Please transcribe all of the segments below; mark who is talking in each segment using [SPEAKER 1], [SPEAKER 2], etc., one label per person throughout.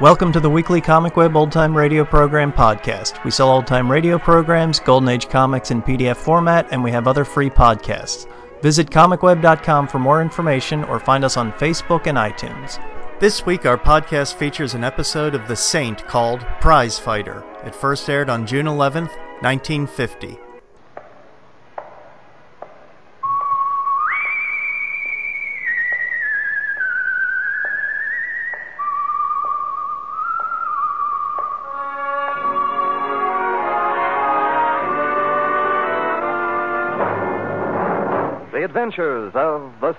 [SPEAKER 1] Welcome to the weekly Comic Web Old Time Radio Program podcast. We sell old time radio programs, Golden Age comics in PDF format, and we have other free podcasts. Visit comicweb.com for more information or find us on Facebook and iTunes. This week, our podcast features an episode of The Saint called Prize Fighter. It first aired on June 11th, 1950.
[SPEAKER 2] The Adventures of the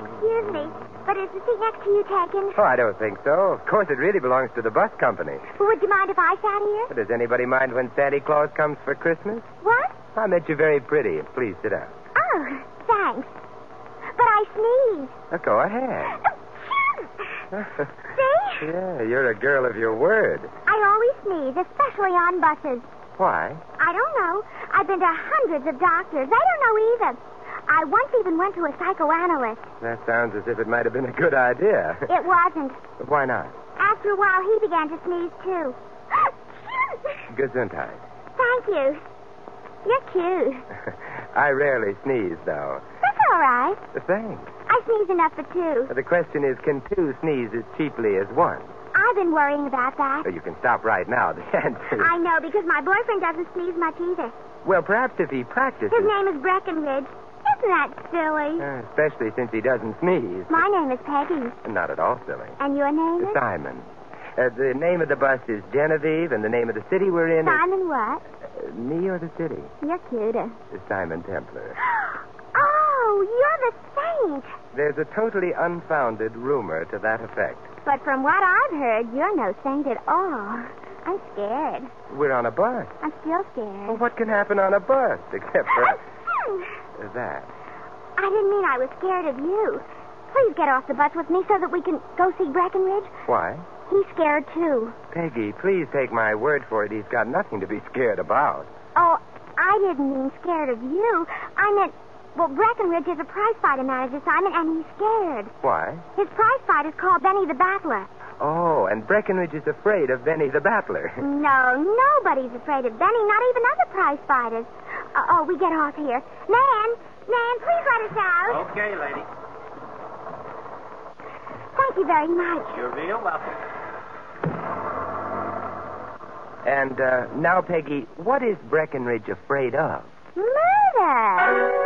[SPEAKER 3] Excuse me, but is the seat next to you taken?
[SPEAKER 4] Oh, I don't think so. Of course, it really belongs to the bus company.
[SPEAKER 3] Would you mind if I sat here?
[SPEAKER 4] But does anybody mind when Santa Claus comes for Christmas?
[SPEAKER 3] What?
[SPEAKER 4] I met you very pretty. Please sit down.
[SPEAKER 3] Oh, thanks. But I sneeze. Oh,
[SPEAKER 4] Now, Uh, go ahead.
[SPEAKER 3] See?
[SPEAKER 4] yeah, you're a girl of your word.
[SPEAKER 3] I always sneeze, especially on buses.
[SPEAKER 4] Why?
[SPEAKER 3] I don't know. I've been to hundreds of doctors. They don't know either. I once even went to a psychoanalyst.
[SPEAKER 4] That sounds as if it might have been a good idea.
[SPEAKER 3] It wasn't.
[SPEAKER 4] But Why not?
[SPEAKER 3] After a while, he began to sneeze, too.
[SPEAKER 4] Gesundheit.
[SPEAKER 3] Thank you. You're cute.
[SPEAKER 4] I rarely sneeze, though.
[SPEAKER 3] That's all right.
[SPEAKER 4] Thanks.
[SPEAKER 3] I sneeze enough for two.
[SPEAKER 4] But the question is, can two sneeze as cheaply as one?
[SPEAKER 3] I've been worrying about that.
[SPEAKER 4] So you can stop right now. The answer.
[SPEAKER 3] I know, because my boyfriend doesn't sneeze much either.
[SPEAKER 4] Well, perhaps if he practices,
[SPEAKER 3] His name is Breckenridge. Isn't that silly?
[SPEAKER 4] Uh, especially since he doesn't sneeze.
[SPEAKER 3] My name is Peggy.
[SPEAKER 4] Not at all silly.
[SPEAKER 3] And your name is?
[SPEAKER 4] Simon. Uh, the name of the bus is Genevieve, and the name of the city we're in
[SPEAKER 3] Simon what?
[SPEAKER 4] is uh, me or the city.
[SPEAKER 3] You're cuter.
[SPEAKER 4] Is Simon Templar.
[SPEAKER 3] Oh, you're the saint.
[SPEAKER 4] There's a totally unfounded rumor to that effect.
[SPEAKER 3] But from what I've heard, you're no saint at all. I'm scared.
[SPEAKER 4] We're on a bus.
[SPEAKER 3] I'm still
[SPEAKER 4] Well,
[SPEAKER 3] scared.
[SPEAKER 4] what can happen on a bus
[SPEAKER 5] Oh,
[SPEAKER 4] except for that?
[SPEAKER 3] I didn't mean I was scared of you. Please get off the bus with me so that we can go see Breckenridge.
[SPEAKER 4] Why?
[SPEAKER 3] He's scared too.
[SPEAKER 4] Peggy, please take my word for it. He's got nothing to be scared about.
[SPEAKER 3] Oh, I didn't mean scared of you. I meant, well, Breckenridge is a prize fighter manager, Simon, and he's scared.
[SPEAKER 4] Why?
[SPEAKER 3] His prize fight is called Benny the Battler.
[SPEAKER 4] Oh, and Breckenridge is afraid of Benny the Battler.
[SPEAKER 3] No, nobody's afraid of Benny, not even other prize fighters. Uh, oh, we get off here. Nan, Nan, please let us out.
[SPEAKER 6] Okay, lady.
[SPEAKER 3] Thank you very much.
[SPEAKER 6] You're real welcome.
[SPEAKER 4] And uh, now, Peggy, what is Breckenridge afraid of?
[SPEAKER 3] Murder!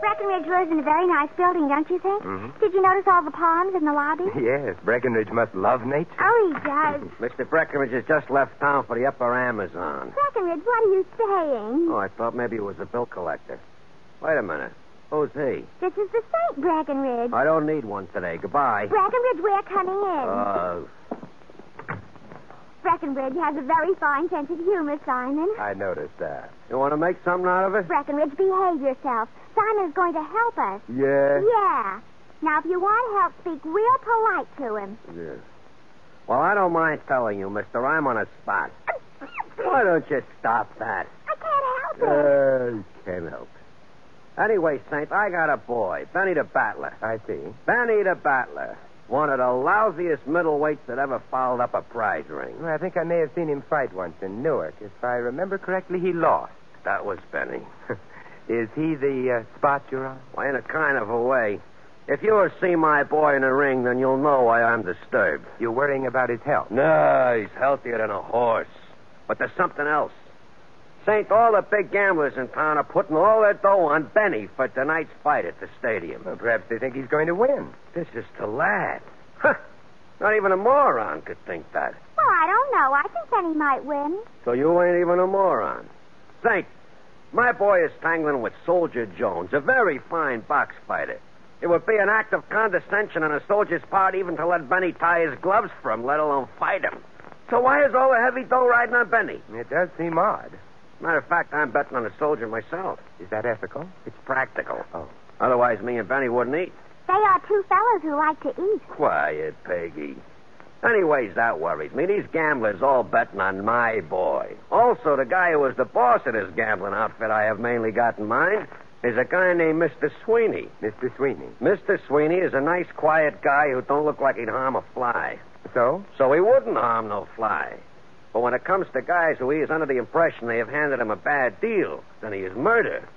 [SPEAKER 3] Breckenridge lives in a very nice building, don't you think?
[SPEAKER 5] Mm-hmm.
[SPEAKER 4] Mhm.
[SPEAKER 3] Did you notice all the palms in the lobby?
[SPEAKER 4] Yes, Breckenridge must love nature.
[SPEAKER 3] Oh, he does.
[SPEAKER 5] Mr. Breckenridge has just left town for the upper Amazon.
[SPEAKER 3] Breckenridge, what are you saying?
[SPEAKER 5] Oh, I thought maybe it was a bill collector. Wait a minute. Who's he?
[SPEAKER 3] This is the Saint Breckenridge.
[SPEAKER 5] I don't need one today. Goodbye.
[SPEAKER 3] Breckenridge, we're coming in.
[SPEAKER 5] Uh,
[SPEAKER 3] Breckenridge has a very fine sense of humor, Simon.
[SPEAKER 4] I noticed that.
[SPEAKER 5] you want to make something out of it?
[SPEAKER 3] Breckenridge, behave yourself. Simon's going to help us.
[SPEAKER 5] Uh.
[SPEAKER 4] Yeah?
[SPEAKER 3] Yeah. Now, if you want help, speak real polite to him.
[SPEAKER 5] Yeah. Well, I don't mind telling you, mister. I'm on a spot. Why don't you stop that?
[SPEAKER 3] I can't help it.
[SPEAKER 5] Uh, can't help. Anyway, Saint, I got a boy, Benny the Battler.
[SPEAKER 4] I see.
[SPEAKER 5] Benny the Battler. One of the lousiest middleweights that ever fouled up a prize ring.
[SPEAKER 4] Well, I think I may have seen him fight once in Newark. If I remember correctly, he lost.
[SPEAKER 5] That was Benny.
[SPEAKER 4] Is he the uh, spot you're on?
[SPEAKER 5] Well, in a kind of a way. If you ever see my boy in a ring, then you'll know why I'm disturbed.
[SPEAKER 4] You're worrying about his health.
[SPEAKER 5] No, he's healthier than a horse. But there's something else. Saint, all the big gamblers in town are putting all their dough on Benny for tonight's fight at the stadium.
[SPEAKER 4] Well, perhaps they think he's going to win.
[SPEAKER 5] This is the lad. Huh. Not even a moron could think that.
[SPEAKER 3] Well, know. I think Benny might win.
[SPEAKER 5] So you ain't even a moron. Think. My boy is tangling with Soldier Jones, a very fine box fighter. It would be an act of condescension on a soldier's part even to let Benny tie his gloves for him, let alone fight him. So why is all the heavy dough riding on Benny?
[SPEAKER 4] It does seem odd.
[SPEAKER 5] Matter of fact, I'm betting on a soldier myself.
[SPEAKER 4] Is that ethical?
[SPEAKER 5] It's practical.
[SPEAKER 4] Oh.
[SPEAKER 5] Otherwise, me and Benny wouldn't eat.
[SPEAKER 3] They are two fellows who like to eat.
[SPEAKER 5] Quiet, Peggy. Anyways, that worries me. These gamblers all betting on my boy. Also, the guy who was the boss of this gambling outfit I have mainly got in mind is a guy named Mr. Sweeney.
[SPEAKER 4] Mr. Sweeney.
[SPEAKER 5] Mr. Sweeney is a nice, quiet guy who don't look like he'd harm a fly.
[SPEAKER 4] So?
[SPEAKER 5] So he wouldn't harm no fly. But when it comes to guys who he is under the impression they have handed him a bad deal, then he is murder.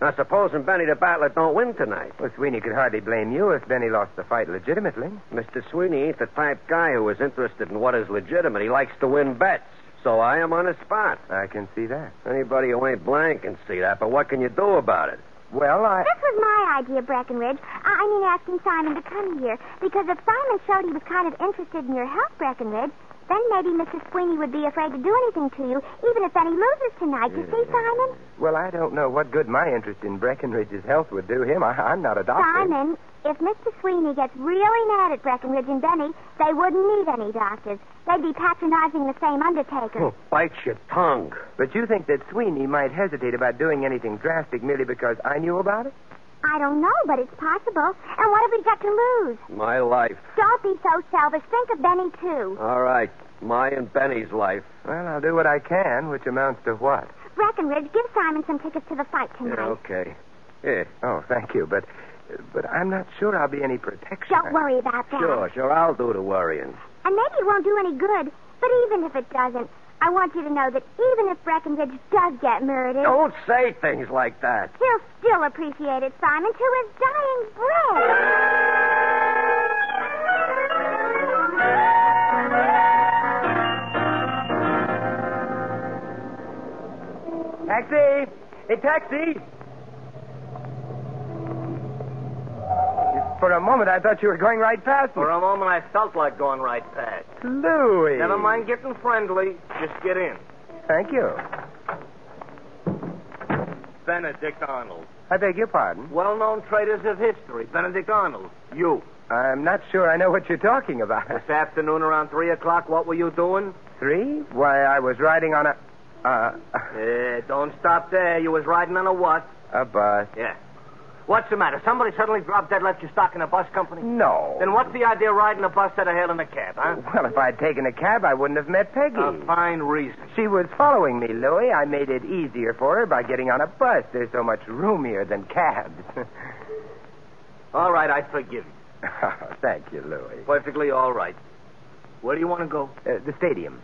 [SPEAKER 5] Now, supposing Benny the Battler don't win tonight.
[SPEAKER 4] Well, Sweeney could hardly blame you if Benny lost the fight legitimately.
[SPEAKER 5] Mr. Sweeney ain't the type guy who is interested in what is legitimate. He likes to win bets. So I am on the spot.
[SPEAKER 4] I can see that.
[SPEAKER 5] Anybody who ain't blind can see that, but what can you do about it?
[SPEAKER 4] Well, I.
[SPEAKER 3] This was my idea, Breckenridge. I I mean, asking Simon to come here. Because if Simon showed he was kind of interested in your help, Breckenridge, then maybe Mr. Sweeney would be afraid to do anything to you, even if Benny loses tonight. You see, Simon?
[SPEAKER 4] Well, I don't know what good my interest in Breckenridge's health would do him. I, I'm not a doctor.
[SPEAKER 3] Simon, if Mr. Sweeney gets really mad at Breckenridge and Benny, they wouldn't need any doctors. They'd be patronizing the same undertaker.
[SPEAKER 5] Bite your tongue.
[SPEAKER 4] But you think that Sweeney might hesitate about doing anything drastic merely because I knew about it?
[SPEAKER 3] I don't know, but it's possible. And what have we got to lose?
[SPEAKER 5] My life.
[SPEAKER 3] Don't be so selfish. Think of Benny, too.
[SPEAKER 5] All right. My and Benny's life.
[SPEAKER 4] Well, I'll do what I can, which amounts to what?
[SPEAKER 3] Breckenridge, give Simon some tickets to the fight tonight.
[SPEAKER 5] Yeah, okay. Here.
[SPEAKER 4] Oh, thank you, but but I'm not sure I'll be any protection.
[SPEAKER 3] Don't worry about that.
[SPEAKER 5] Sure, sure. I'll do the worrying.
[SPEAKER 3] And maybe it won't do any good. But even if it doesn't, I want you to know that even if Breckenridge does get murdered,
[SPEAKER 5] Don't say things like that.
[SPEAKER 3] he'll still appreciate it, Simon, to his dying breath.
[SPEAKER 4] Taxi! Hey, taxi! For a moment, I thought you were going right past me.
[SPEAKER 6] For a moment, I felt like going right past.
[SPEAKER 4] Louis.
[SPEAKER 6] Never mind getting friendly. Just get in.
[SPEAKER 4] Thank you.
[SPEAKER 6] Benedict Arnold.
[SPEAKER 4] I beg your pardon.
[SPEAKER 6] Well known traitors of history. Benedict Arnold. You.
[SPEAKER 4] I'm not sure I know what you're talking about.
[SPEAKER 6] This afternoon around 3 o'clock, what were you doing?
[SPEAKER 4] Three? Why, I was riding on a. Uh,
[SPEAKER 6] Eh, don't stop there. You was riding on a what?
[SPEAKER 4] a bus.
[SPEAKER 6] Yeah. What's the matter? Somebody suddenly dropped dead, left you stuck in a bus company?
[SPEAKER 4] No.
[SPEAKER 6] Then what's the idea of riding a bus that I hailing a cab, huh?
[SPEAKER 4] Well, if I'd taken a cab, I wouldn't have met Peggy.
[SPEAKER 6] A fine reason.
[SPEAKER 4] She was following me, Louis. I made it easier for her by getting on a bus. They're so much roomier than cabs.
[SPEAKER 6] All right, I forgive you.
[SPEAKER 4] Oh, Thank you, Louis.
[SPEAKER 6] Perfectly all right. Where do you want to go?
[SPEAKER 4] Uh, the stadium.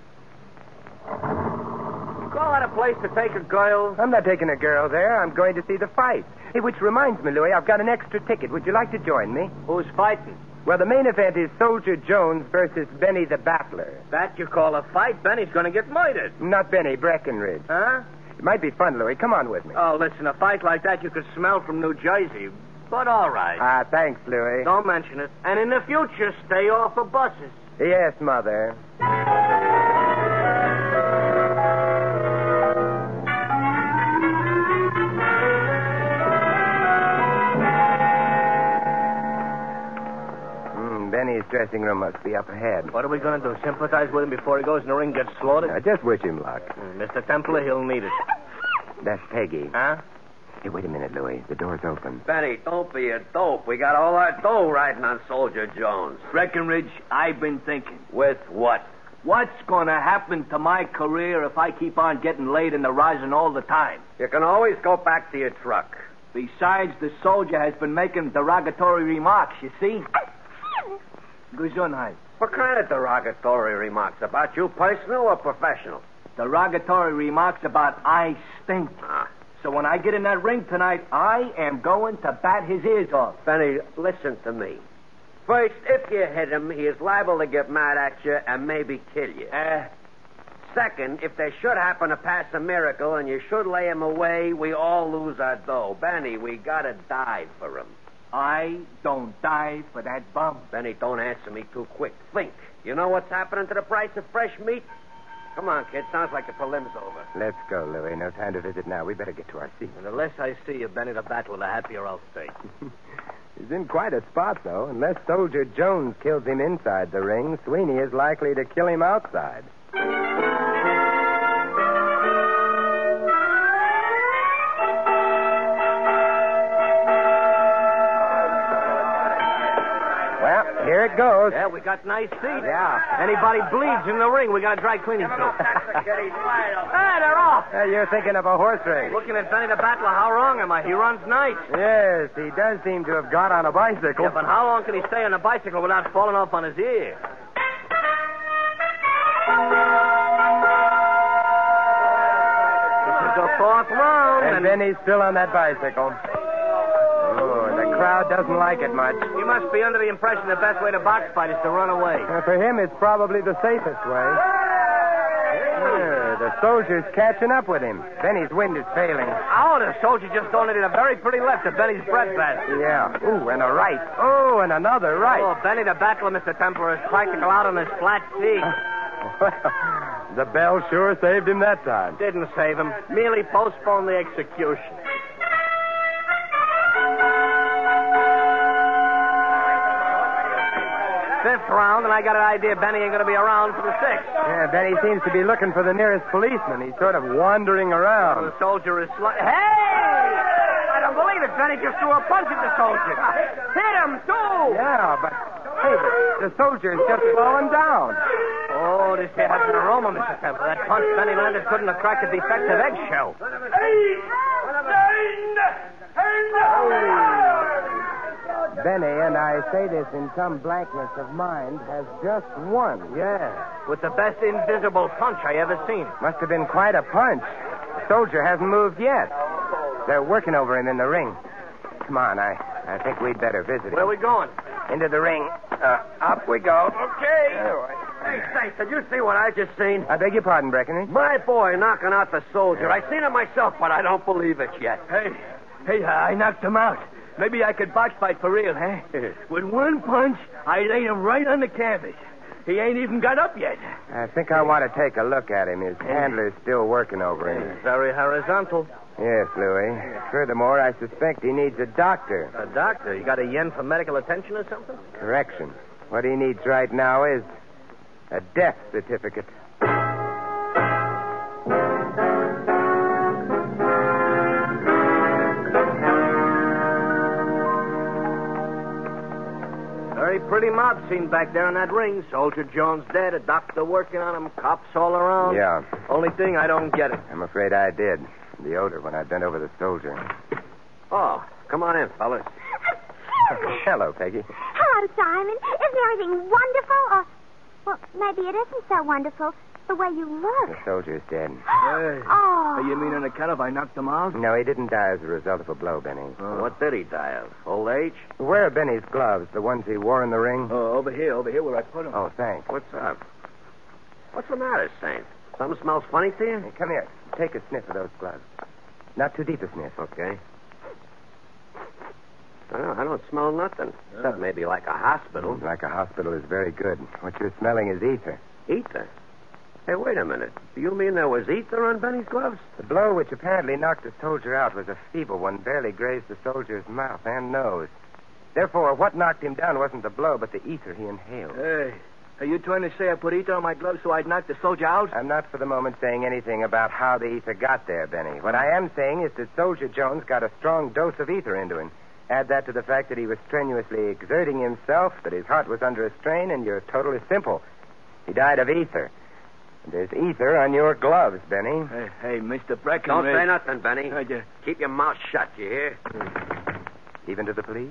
[SPEAKER 6] You call that a place to take a girl?
[SPEAKER 4] I'm not taking a girl there. I'm going to see the fight. Hey, which reminds me, Louis, I've got an extra ticket. Would you like to join me?
[SPEAKER 6] Who's fighting?
[SPEAKER 4] Well, the main event is Soldier Jones versus Benny the Battler.
[SPEAKER 6] That you call a fight? Benny's going to get murdered.
[SPEAKER 4] Not Benny, Breckenridge.
[SPEAKER 6] Huh?
[SPEAKER 4] It might be fun, Louis. Come on with me.
[SPEAKER 6] Oh, listen, a fight like that you could smell from New Jersey. But all right.
[SPEAKER 4] Ah, thanks, Louis.
[SPEAKER 6] Don't mention it. And in the future, stay off the buses.
[SPEAKER 4] Yes, Mother. Mm, Benny's dressing room must be up ahead.
[SPEAKER 6] What are we going to do? Sympathize with him before he goes in the ring and gets slaughtered?
[SPEAKER 4] I Uh, just wish him luck.
[SPEAKER 6] Mm, Mr. Templer, he'll need it.
[SPEAKER 4] That's Peggy.
[SPEAKER 6] Huh?
[SPEAKER 4] Hey, wait a minute, Louis. The door's open.
[SPEAKER 5] Benny, don't be a dope. We got all our dough riding on Soldier Jones.
[SPEAKER 6] Breckenridge, I've been thinking.
[SPEAKER 5] With what?
[SPEAKER 6] What's going to happen to my career if I keep on getting laid in the rising all the time?
[SPEAKER 5] You can always go back to your truck.
[SPEAKER 6] Besides, the soldier has been making derogatory remarks, you see? Gesundheit.
[SPEAKER 5] What kind of derogatory remarks? About you personal or professional?
[SPEAKER 6] derogatory remarks about I stink.
[SPEAKER 5] Ah.
[SPEAKER 6] So when I get in that ring tonight, I am going to bat his ears off.
[SPEAKER 5] Benny, listen to me. First, if you hit him, he is liable to get mad at you and maybe kill you.
[SPEAKER 6] Uh,
[SPEAKER 5] Second, if they should happen to pass a miracle and you should lay him away, we all lose our dough. Benny, we gotta die for him.
[SPEAKER 6] I don't die for that bum.
[SPEAKER 5] Benny, don't answer me too quick. Think. You know what's happening to the price of fresh meat? Come on, kid. Sounds like the prelim's over.
[SPEAKER 4] Let's go, Louie. No time to visit now. We better get to our seats.
[SPEAKER 5] And the less I see you, Benny, the battle, the happier I'll stay.
[SPEAKER 4] He's in quite a spot, though. Unless Soldier Jones kills him inside the ring, Sweeney is likely to kill him outside. Well, here it goes.
[SPEAKER 5] Yeah, we got nice seats.
[SPEAKER 4] Yeah.
[SPEAKER 5] Anybody bleeds in the ring, we got a dry cleaning crew. hey, they're off.
[SPEAKER 4] Uh, you're thinking of a horse race.
[SPEAKER 5] Looking at Benny the Battler, how wrong am I? He runs nice.
[SPEAKER 4] Yes, he does seem to have got on a
[SPEAKER 5] Yeah,
[SPEAKER 4] bicycle.
[SPEAKER 5] but how long can he stay on a bicycle without falling off on his ear? This is the fourth round,
[SPEAKER 4] And
[SPEAKER 5] and,
[SPEAKER 4] then he's still on that bicycle. Oh, the crowd doesn't like it much.
[SPEAKER 5] he must be under the impression the best way to box fight is to run away.
[SPEAKER 4] Uh, for him, it's probably the safest way. Yeah, the soldier's catching up with him. Benny's wind is failing.
[SPEAKER 5] Oh, the soldier just donated a very pretty left to Benny's breadbasket.
[SPEAKER 4] Yeah. Ooh, and a right. Oh, and another
[SPEAKER 5] Oh,
[SPEAKER 4] right.
[SPEAKER 5] Benny the Battler, Mr. Templar, is practical out on his flat feet.
[SPEAKER 4] Well, the bell sure saved him that time.
[SPEAKER 5] Didn't save him, merely postponed the execution. Fifth round, and I got an idea Benny ain't going to be around for the sixth.
[SPEAKER 4] Yeah, Benny seems to be looking for the nearest policeman. He's sort of wandering around.
[SPEAKER 5] The soldier is sli- Hey! I don't believe it. Benny just threw a punch at the soldier. Hit him, too!
[SPEAKER 4] Yeah, but hey, the, the soldier's just fallen down.
[SPEAKER 5] Oh, this here has an aroma, Mr. Temple. That punch Benny landed couldn't have cracked a defective eggshell.
[SPEAKER 4] Oh, Benny, and I say this in some blankness of mind, has just won. Yeah.
[SPEAKER 5] With the best invisible punch I ever seen.
[SPEAKER 4] Must have been quite a punch. The soldier hasn't moved yet. They're working over him in the ring. Come on, I, I think we'd better visit
[SPEAKER 5] Where
[SPEAKER 4] him.
[SPEAKER 5] we going?
[SPEAKER 4] Into the ring. Uh, up we go.
[SPEAKER 5] Okay. Hey, Saint, did you see what I just seen?
[SPEAKER 4] I beg your pardon, Breckenridge.
[SPEAKER 5] My boy knocking out the soldier. I seen it myself, but I don't believe it yet.
[SPEAKER 6] Hey, hey, I knocked him out. Maybe I could box fight for real, huh? With one punch, I laid him right on the canvas. He ain't even got up yet.
[SPEAKER 4] I think I want to take a look at him. His handler's still working over him.
[SPEAKER 5] Very horizontal.
[SPEAKER 4] Yes, Louis. Furthermore, I suspect he needs a doctor.
[SPEAKER 5] A doctor, you got a yen for medical attention or something?
[SPEAKER 4] Correction. What he needs right now is a death certificate.
[SPEAKER 5] Very pretty mob scene back there in that ring. Soldier Jones dead, a doctor working on him, cops all around.
[SPEAKER 4] Yeah,
[SPEAKER 5] Only thing, I don't get it.
[SPEAKER 4] I'm afraid I did. The odor when I bent over the soldier.
[SPEAKER 5] Oh, come on in, fellas.
[SPEAKER 4] Hello, Peggy.
[SPEAKER 3] Hello, Simon. Isn't everything wonderful? Or, well, maybe it isn't so wonderful the way you
[SPEAKER 4] The
[SPEAKER 3] look.
[SPEAKER 4] soldier's dead.
[SPEAKER 3] Oh.
[SPEAKER 6] You mean on account of I knocked him out?
[SPEAKER 4] No, he didn't die as a result of a blow, Benny.
[SPEAKER 5] What did he die of? Old age?
[SPEAKER 4] Where are Benny's gloves? The ones he wore in the ring?
[SPEAKER 6] Oh, over here, over here where I put him.
[SPEAKER 4] Oh, thanks.
[SPEAKER 5] What's up? What's the matter, Saint? Something smells funny to you?
[SPEAKER 4] Hey, come here. Take a sniff of those gloves. Not too deep a sniff.
[SPEAKER 5] Okay. Well, I don't smell nothing. Except maybe like a hospital.
[SPEAKER 4] Like a hospital is very good. What you're smelling is ether.
[SPEAKER 6] Mm-hmm.
[SPEAKER 5] Ether. Hey, wait a minute. Do you mean there was ether on Benny's gloves?
[SPEAKER 4] The blow which apparently knocked the soldier out was a feeble one, barely grazed the soldier's mouth and nose. Therefore, what knocked him down wasn't the blow, but the ether he inhaled.
[SPEAKER 6] Hey, are you trying to say I put ether on my gloves so I'd knock the soldier out?
[SPEAKER 4] I'm not for the moment saying anything about how the ether got there, Benny. What I am saying is that Soldier Jones got a strong dose of ether into him. Add that to the fact that he was strenuously exerting himself, that his heart was under a strain, and your total is simple. He died of ether. There's ether on your gloves, Benny.
[SPEAKER 6] Hey, hey, Mr. Breckenridge.
[SPEAKER 5] Don't say nothing, Benny.
[SPEAKER 6] I just- Hmm.
[SPEAKER 5] Keep your mouth shut, you hear?
[SPEAKER 4] Even to the police?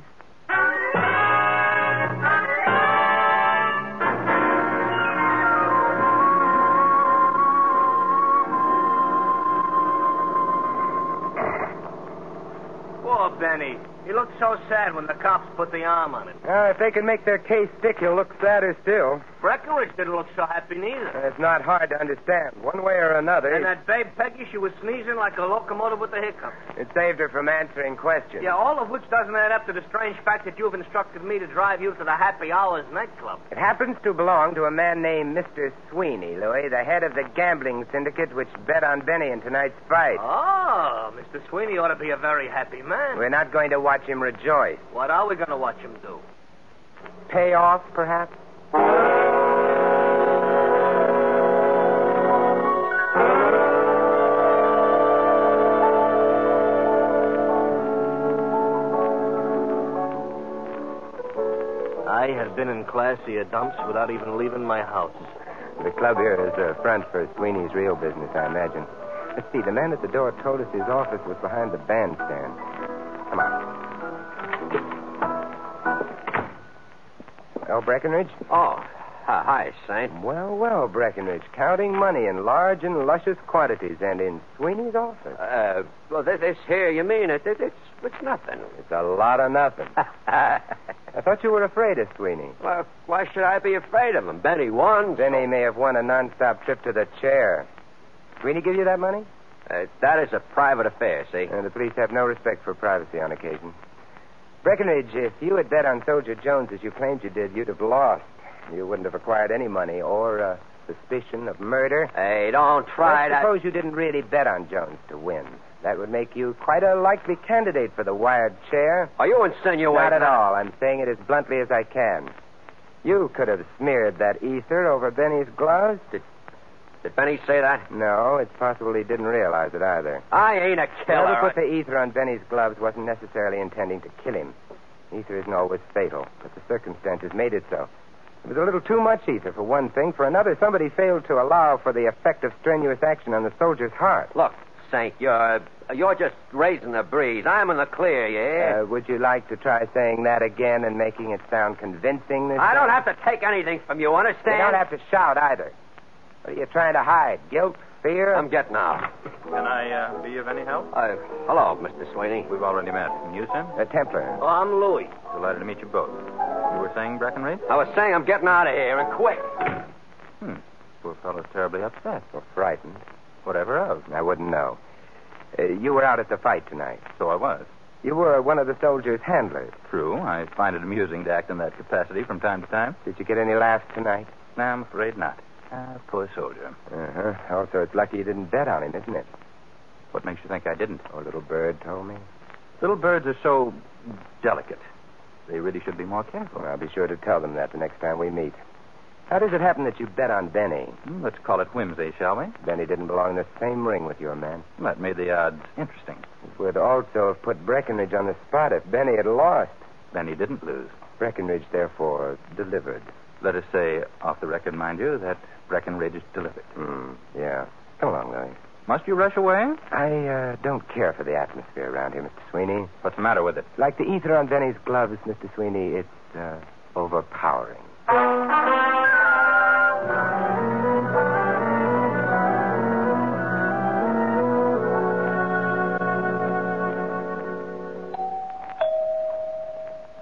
[SPEAKER 5] Poor Benny. He looked so sad when the cops put the arm on him.
[SPEAKER 4] Uh, if they can make their case stick, he'll look sadder still.
[SPEAKER 6] Breckenridge didn't look so happy neither.
[SPEAKER 4] It's not hard to understand. One way or another,
[SPEAKER 6] And that babe Peggy, she was sneezing like a locomotive with the hiccups.
[SPEAKER 4] it saved her from answering questions.
[SPEAKER 6] Yeah, all of which doesn't add up to the strange fact that you've instructed me to drive you to the Happy Hours nightclub.
[SPEAKER 4] It happens to belong to a man named Mr. Sweeney, Louis, the head of the gambling syndicate which bet on Benny in tonight's fight.
[SPEAKER 6] Oh, Mr. Sweeney ought to be a very happy man.
[SPEAKER 4] We're not going to watch him rejoice.
[SPEAKER 6] What are we going to watch him do?
[SPEAKER 4] Pay off, perhaps?
[SPEAKER 6] I have been in classy dumps without even leaving my house.
[SPEAKER 4] The club here is a front for Sweeney's real business, I imagine. Let's see, the man at the door told us his office was behind the bandstand. Come on. Well, Breckenridge?
[SPEAKER 5] Oh, hi, hi, Saint.
[SPEAKER 4] Well, well, Breckenridge. Counting money in large and luscious quantities and in Sweeney's office.
[SPEAKER 5] Uh, well, this, this here, you mean it? it it's, it's nothing.
[SPEAKER 4] It's a lot of nothing. I thought you were afraid of Sweeney.
[SPEAKER 5] well, why should I be afraid of him? Benny won.
[SPEAKER 4] Benny may have won a nonstop trip to the chair. Sweeney give you that money?
[SPEAKER 5] Uh, that is a private affair, see?
[SPEAKER 4] Uh, the police have no respect for privacy on occasion. Breckenridge, if you had bet on Soldier Jones as you claimed you did, you'd have lost. You wouldn't have acquired any money or uh, suspicion of murder.
[SPEAKER 5] Hey, don't try
[SPEAKER 4] I
[SPEAKER 5] to.
[SPEAKER 4] suppose you didn't really bet on Jones to win. That would make you quite a likely candidate for the wired chair.
[SPEAKER 5] Are you insinuating?
[SPEAKER 4] Not at
[SPEAKER 5] that-
[SPEAKER 4] all. I'm saying it as bluntly as I can. You could have smeared that ether over Benny's gloves.
[SPEAKER 5] Did Benny say that?
[SPEAKER 4] No, it's possible he didn't realize it either.
[SPEAKER 5] I ain't a
[SPEAKER 4] Whoever
[SPEAKER 5] killer.
[SPEAKER 4] put the ether on Benny's gloves wasn't necessarily intending to kill him. Ether isn't always fatal, but the circumstances made it so. It was a little too much ether for one thing. For another, somebody failed to allow for the effect of strenuous action on the soldier's heart.
[SPEAKER 5] Look, Saint, you're you're just raising the breeze. I'm in the clear, yeah.
[SPEAKER 4] Uh, would you like to try saying that again and making it sound convincing this
[SPEAKER 5] I don't
[SPEAKER 4] time?
[SPEAKER 5] have to take anything from you. Understand?
[SPEAKER 4] You don't have to shout either. What are you trying to hide? Guilt? Fear?
[SPEAKER 5] I'm getting out.
[SPEAKER 7] Can I uh, be of any help?
[SPEAKER 5] Uh, hello, Mr. Sweeney.
[SPEAKER 7] We've already met. And you, Sim?
[SPEAKER 4] a Templar.
[SPEAKER 6] Oh, I'm Louis.
[SPEAKER 7] Delighted to meet you both. You were saying Breckenridge? Hmm.
[SPEAKER 5] I was saying I'm getting out of here and quick.
[SPEAKER 7] Poor fellow's terribly upset.
[SPEAKER 4] Or frightened.
[SPEAKER 7] Whatever of.
[SPEAKER 4] I wouldn't know. Uh, you were out at the fight tonight.
[SPEAKER 7] So I was.
[SPEAKER 4] You were one of the soldier's handlers.
[SPEAKER 7] True. I find it amusing to act in that capacity from time to time.
[SPEAKER 4] Did you get any laughs tonight?
[SPEAKER 7] No, I'm afraid not. Ah, poor soldier.
[SPEAKER 4] Uh-huh. Also, it's lucky you didn't bet on him, isn't it?
[SPEAKER 7] What makes you think I didn't?
[SPEAKER 4] Oh, little bird told me.
[SPEAKER 7] Little birds are so delicate. They really should be more careful.
[SPEAKER 4] Well, I'll be sure to tell them that the next time we meet. How does it happen that you bet on Benny?
[SPEAKER 7] Hmm, Let's call it whimsy, shall we?
[SPEAKER 4] Benny didn't belong in the same ring with your man.
[SPEAKER 7] That made the odds interesting.
[SPEAKER 4] It would also have put Breckenridge on the spot if Benny had lost.
[SPEAKER 7] Then he didn't lose.
[SPEAKER 4] Breckenridge, therefore, delivered.
[SPEAKER 7] Let us say, off the record, mind you, that Breckenridge delivered.
[SPEAKER 4] Hmm. Yeah. Come along, Louis.
[SPEAKER 7] Must you rush away?
[SPEAKER 4] I uh, don't care for the atmosphere around here, Mr. Sweeney.
[SPEAKER 7] What's the matter with it?
[SPEAKER 4] Like the ether on Benny's gloves, Mr. Sweeney, it's uh, overpowering.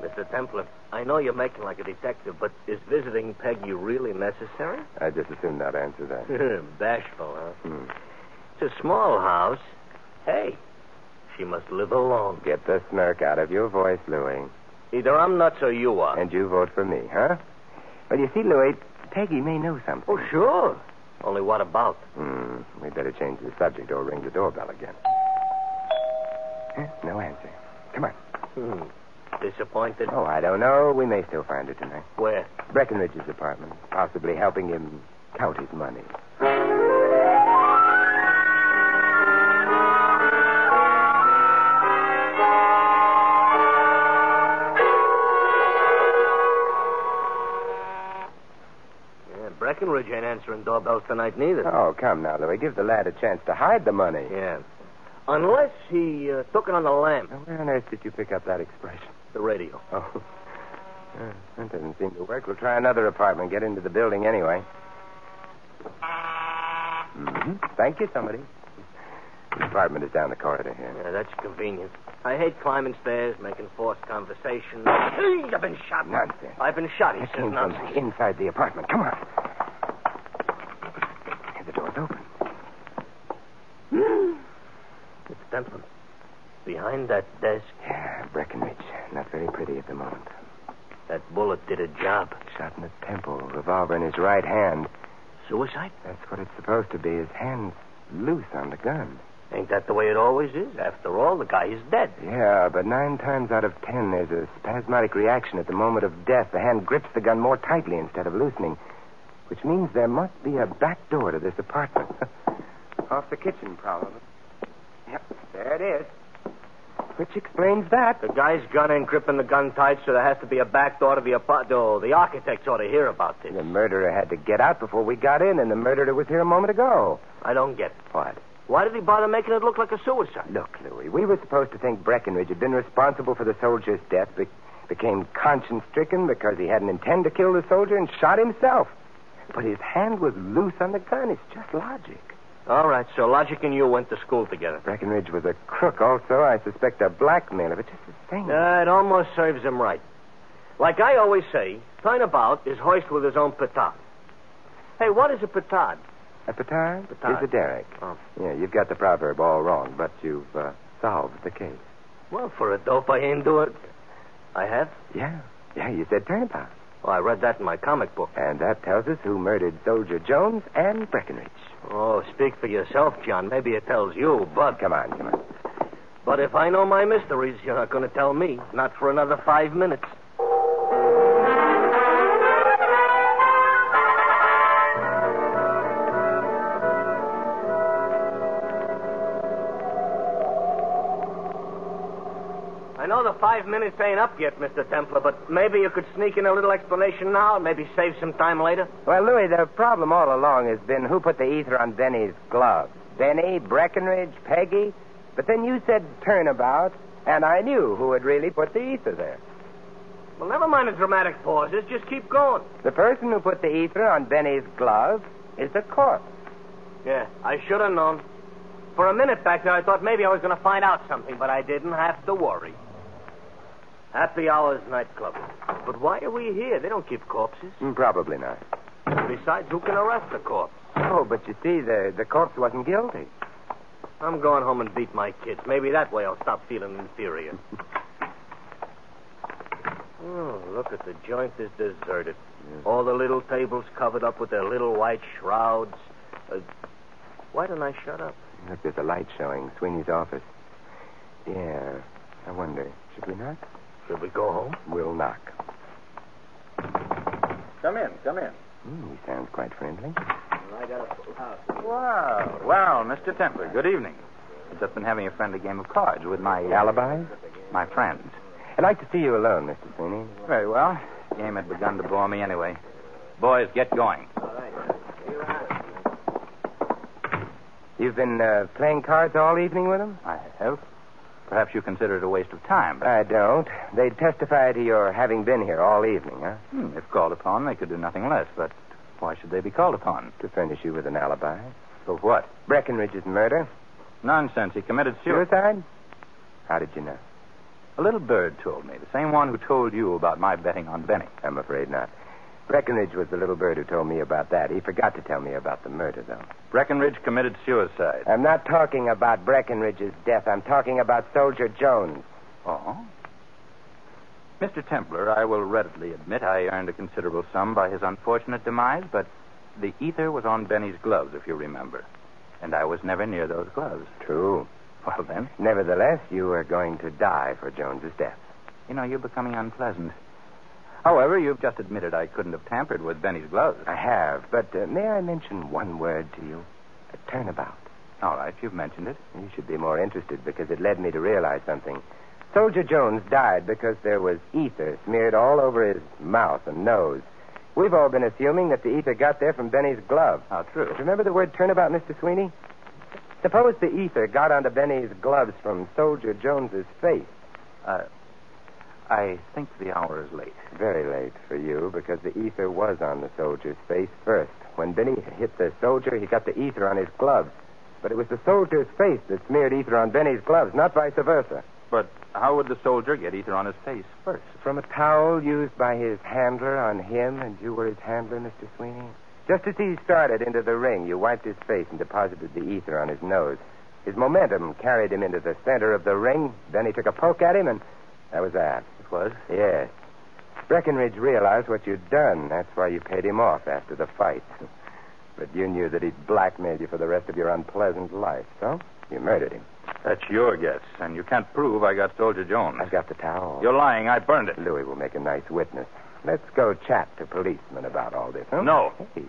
[SPEAKER 6] Mr. Templar, I know you're making like a detective, but is visiting Peggy really necessary?
[SPEAKER 4] I just assumed that answer that.
[SPEAKER 6] Bashful, huh?
[SPEAKER 4] Hmm.
[SPEAKER 6] It's a small house. Hey, she must live alone.
[SPEAKER 4] Get the smirk out of your voice, Louis.
[SPEAKER 6] Either I'm nuts or you are.
[SPEAKER 4] And you vote for me, huh? Well, you see, Louis, Peggy may know something.
[SPEAKER 6] Oh, sure. Only what about?
[SPEAKER 4] Hmm. We better change the subject or ring the doorbell again. Huh? No answer. Come on.
[SPEAKER 6] Hmm. Disappointed?
[SPEAKER 4] Oh, I don't know. We may still find her tonight.
[SPEAKER 6] Where?
[SPEAKER 4] Breckenridge's apartment, possibly helping him count his money.
[SPEAKER 6] Yeah, Breckenridge ain't answering doorbells tonight neither.
[SPEAKER 4] Oh, come now, Louis. Give the lad a chance to hide the money.
[SPEAKER 6] Yeah. Unless he uh, took it on the lamp,
[SPEAKER 4] Now, where on earth did you pick up that expression?
[SPEAKER 6] the radio.
[SPEAKER 4] Oh. Uh, that doesn't seem to work. We'll try another apartment. Get into the building anyway. Mm-hmm. Thank you, somebody. The apartment is down the corridor here.
[SPEAKER 6] Yeah, that's convenient.
[SPEAKER 5] I hate climbing stairs, making forced conversation. I've been shot.
[SPEAKER 4] Nonsense.
[SPEAKER 5] I've been shot, he
[SPEAKER 4] That
[SPEAKER 5] says
[SPEAKER 4] came from
[SPEAKER 5] nonsense.
[SPEAKER 4] inside the apartment. Come on. Hey, The door's open.
[SPEAKER 5] It's Templin. Behind that desk,
[SPEAKER 4] Yeah, Breckenridge. Not very pretty at the moment.
[SPEAKER 5] that bullet did a job.
[SPEAKER 4] Shot in the temple, revolver in his right hand.
[SPEAKER 5] Suicide?
[SPEAKER 4] That's what it's supposed to be. His hand's loose on the gun.
[SPEAKER 5] Ain't that the way it always is? After all, the guy is dead.
[SPEAKER 4] Yeah, but nine times out of ten, there's a spasmodic reaction at the moment of death. The hand grips the gun more tightly instead of loosening, which means there must be a back door to this apartment. Off the kitchen, probably. Yep, there it is. Which explains that.
[SPEAKER 5] The guy's gun ain't gripping the gun tight, so there has to be a back door to the apartment. Oh, the architects ought to hear about this.
[SPEAKER 4] The murderer had to get out before we got in, and the murderer was here a moment ago.
[SPEAKER 5] I don't get it.
[SPEAKER 4] What?
[SPEAKER 5] Why did he bother making it look like a suicide?
[SPEAKER 4] Look, Louis, we were supposed to think Breckenridge had been responsible for the soldier's death, be- became conscience stricken because he hadn't intended to kill the soldier and shot himself. But his hand was loose on the gun. It's just logic.
[SPEAKER 5] All right, so Logic and you went to school together.
[SPEAKER 4] Breckenridge was a crook, also. I suspect a blackmailer, but just the same.
[SPEAKER 5] Uh, it almost serves him right. Like I always say, Turnabout is hoist with his own petard. Hey, what is a petard?
[SPEAKER 4] a petard?
[SPEAKER 5] Petard.
[SPEAKER 4] Is a derrick.
[SPEAKER 5] Oh.
[SPEAKER 4] Yeah, you've got the proverb all wrong, but you've uh, solved the case.
[SPEAKER 5] Well, for a dope, I ain't do it. I have?
[SPEAKER 4] Yeah. Yeah, you said turnabout.
[SPEAKER 5] Oh, I read that in my comic book.
[SPEAKER 4] And that tells us who murdered Soldier Jones and Breckenridge.
[SPEAKER 5] Oh, speak for yourself, John. Maybe it tells you, but
[SPEAKER 4] Come on, come on.
[SPEAKER 5] but if I know my mysteries, you're not going to tell me. Not for another five minutes. I know the five minutes ain't up yet, Mr. Templar, but maybe you could sneak in a little explanation now, maybe save some time later.
[SPEAKER 4] Well, Louis, the problem all along has been who put the ether on Benny's gloves. Benny, Breckenridge, Peggy. But then you said turnabout, and I knew who had really put the ether there.
[SPEAKER 5] Well, never mind the dramatic pauses. Just keep going.
[SPEAKER 4] The person who put the ether on Benny's glove is the corpse.
[SPEAKER 5] Yeah, I should have known. For a minute back there, I thought maybe I was going to find out something, but I didn't have to worry. Happy Hours nightclub. But why are we here? They don't keep corpses.
[SPEAKER 4] Mm, Probably not.
[SPEAKER 5] Besides, who can arrest the corpse?
[SPEAKER 4] Oh, but you see, the, the corpse wasn't guilty.
[SPEAKER 5] I'm going home and beat my kids. Maybe that way I'll stop feeling inferior. Oh, look at the joint is deserted. All the little tables covered up with their little white shrouds. Uh, why didn't I shut up?
[SPEAKER 4] Look, there's a light showing Sweeney's office. Yeah, I wonder, should we knock?
[SPEAKER 5] Should we go home?
[SPEAKER 4] We'll knock.
[SPEAKER 7] Come in, come in.
[SPEAKER 4] Mm, he sounds quite friendly.
[SPEAKER 5] I got a full house.
[SPEAKER 7] Wow, wow, Mr. Templer, good evening. I've just been having a friendly game of cards with my
[SPEAKER 4] Alibis?
[SPEAKER 7] my friends.
[SPEAKER 4] I'd like to see you alone, Mr. Sweeney.
[SPEAKER 7] Very well. The game had begun to bore me anyway. Boys, get going.
[SPEAKER 4] You've been uh, playing cards all evening with him?
[SPEAKER 7] I have. Perhaps you consider it a waste of time, but
[SPEAKER 4] I don't. They testify to your having been here all evening, huh?
[SPEAKER 7] hmm, if called upon, they could do nothing less. But why should they be called upon?
[SPEAKER 4] To furnish you with an alibi.
[SPEAKER 7] For what?
[SPEAKER 4] Breckenridge's murder.
[SPEAKER 7] Nonsense. He committed suicide.
[SPEAKER 4] Suicide? How did you know?
[SPEAKER 7] A little bird told me, the same one who told you about my betting on Benny.
[SPEAKER 4] I'm afraid not. Breckenridge was the little bird who told me about that. He forgot to tell me about the murder, though.
[SPEAKER 7] Breckenridge committed suicide.
[SPEAKER 4] I'm not talking about Breckenridge's death. I'm talking about Soldier Jones.
[SPEAKER 7] Oh? Mr. Templar, I will readily admit I earned a considerable sum by his unfortunate demise, but the ether was on Benny's gloves, if you remember. And I was never near those gloves.
[SPEAKER 4] True.
[SPEAKER 7] Well, then,
[SPEAKER 4] Nevertheless, you were going to die for Jones's death.
[SPEAKER 7] you know, you're becoming unpleasant. However, you've just admitted I couldn't have tampered with Benny's gloves.
[SPEAKER 4] I have, but uh, may I mention one word to you? A turnabout.
[SPEAKER 7] All right, you've mentioned it.
[SPEAKER 4] You should be more interested because it led me to realize something. Soldier Jones died because there was ether smeared all over his mouth and nose. We've all been assuming that the ether got there from Benny's glove.
[SPEAKER 7] How true.
[SPEAKER 4] But remember the word turnabout, Mr. Sweeney? Suppose the ether got onto Benny's gloves from Soldier Jones's face.
[SPEAKER 7] Uh, I think the hour is late.
[SPEAKER 4] Very late for you because the ether was on the soldier's face first. When Benny hit the soldier, he got the ether on his gloves. But it was the soldier's face that smeared ether on Benny's gloves, not vice versa.
[SPEAKER 7] But how would the soldier get ether on his face first?
[SPEAKER 4] From a towel used by his handler on him, and you were his handler, Mr. Sweeney? Just as he started into the ring, you wiped his face and deposited the ether on his nose. His momentum carried him into the center of the ring. Then he took a poke at him, and that was that.
[SPEAKER 7] It was.
[SPEAKER 4] Yes. Breckenridge realized what you'd done. That's why you paid him off after the fight. But you knew that he'd blackmail you for the rest of your unpleasant life, so you murdered him.
[SPEAKER 7] That's your guess, and you can't prove I got Soldier Jones.
[SPEAKER 4] I've got the towel.
[SPEAKER 7] You're lying. I burned it.
[SPEAKER 4] Louis will make a nice witness. Let's go chat to policemen about all this, huh?
[SPEAKER 7] No.
[SPEAKER 4] Hey,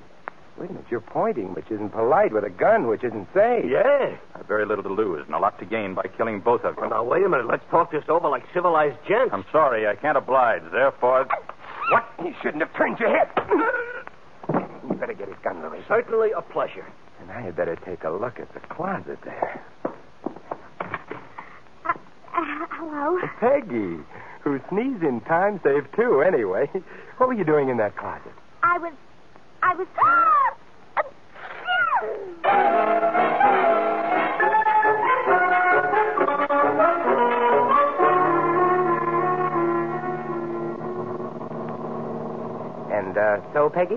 [SPEAKER 4] wait a minute. You're pointing, which isn't polite, with a gun, which isn't safe.
[SPEAKER 8] Yes.
[SPEAKER 7] I've very little to lose and a lot to gain by killing both of you.
[SPEAKER 8] Well, now, wait a minute. Let's talk this over like civilized gents.
[SPEAKER 7] I'm sorry. I can't oblige. Therefore,
[SPEAKER 4] What? You shouldn't have turned your head. you better get his gun, Louis.
[SPEAKER 8] Certainly a pleasure.
[SPEAKER 4] And I had better take a look at the closet there.
[SPEAKER 3] Uh, hello?
[SPEAKER 4] Peggy, who sneezed in time, saved two anyway. What were you doing in that closet?
[SPEAKER 3] I was. I was.
[SPEAKER 4] And uh, so, Peggy?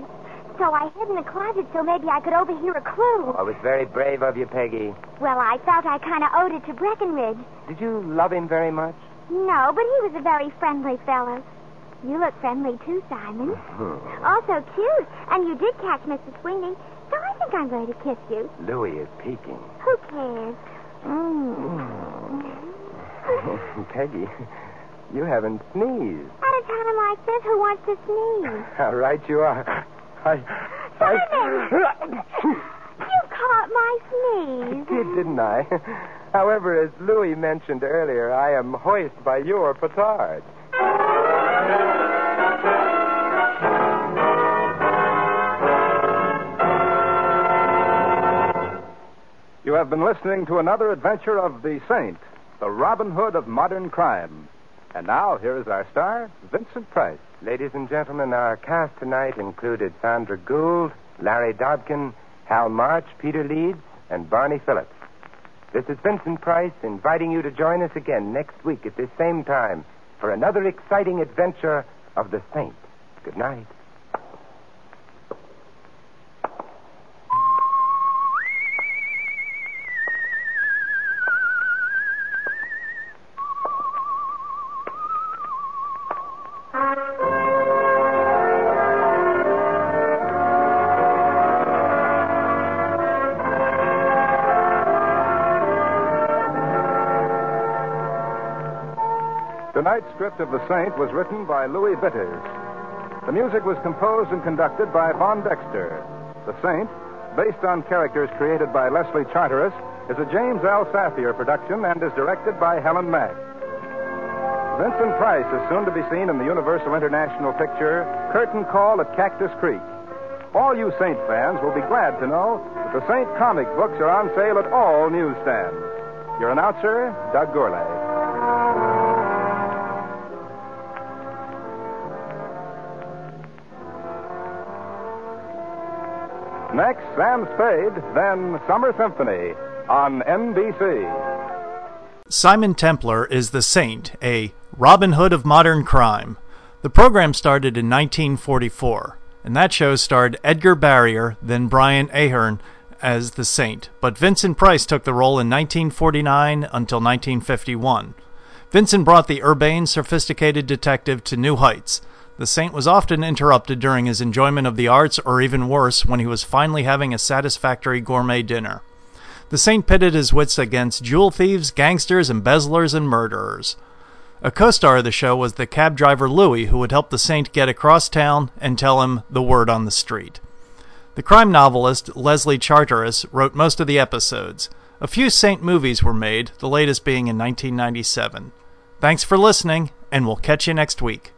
[SPEAKER 3] So I hid in the closet so maybe I could overhear a clue.
[SPEAKER 4] I was very brave of you, Peggy.
[SPEAKER 3] Well, I felt I kind of owed it to Breckenridge.
[SPEAKER 4] Did you love him very much?
[SPEAKER 3] No, but he was a very friendly fellow. You look friendly too, Simon. Also cute. And you did catch Mrs. Sweeney. So I think I'm going to kiss you.
[SPEAKER 4] Louis is peeking.
[SPEAKER 3] Who cares?
[SPEAKER 4] Mm-hmm.
[SPEAKER 3] Mm.
[SPEAKER 4] Peggy, you haven't sneezed.
[SPEAKER 3] At a time like this, who wants to sneeze?
[SPEAKER 4] How right you are. I.
[SPEAKER 3] Simon! you caught my sneeze.
[SPEAKER 4] did, didn't I? However, as Louis mentioned earlier, I am hoist by your petard.
[SPEAKER 2] You have been listening to another adventure of the Saint, the Robin Hood of modern crime. And now, here is our star, Vincent Price.
[SPEAKER 4] Ladies and gentlemen, our cast tonight included Sandra Gould, Larry Dobkin, Hal March, Peter Leeds, and Barney Phillips. This is Vincent Price inviting you to join us again next week at this same time for another exciting adventure of the Saint. Good night.
[SPEAKER 2] Tonight's script of The Saint was written by Louis Vitters. The music was composed and conducted by Von Dexter. The Saint, based on characters created by Leslie Charteris, is a James L. Safier production and is directed by Helen Mack. Vincent Price is soon to be seen in the Universal International picture Curtain Call at Cactus Creek. All you Saint fans will be glad to know that the Saint comic books are on sale at all newsstands. Your announcer, Doug Gourlay. Next, Sam Spade, then Summer Symphony on NBC.
[SPEAKER 1] Simon Templar is the Saint, a Robin Hood of modern crime. The program started in 1944, and that show starred Edgar Barrier, then Brian Ahern, as the Saint, but Vincent Price took the role in 1949 until 1951. Vincent brought the urbane, sophisticated detective to new heights. The Saint was often interrupted during his enjoyment of the arts, or even worse, when he was finally having a satisfactory gourmet dinner. The Saint pitted his wits against jewel thieves, gangsters, embezzlers, and murderers. A co star of the show was the cab driver Louis, who would help the Saint get across town and tell him the word on the street. The crime novelist Leslie Charteris wrote most of the episodes. A few Saint movies were made, the latest being in 1997. Thanks for listening, and we'll catch you next week.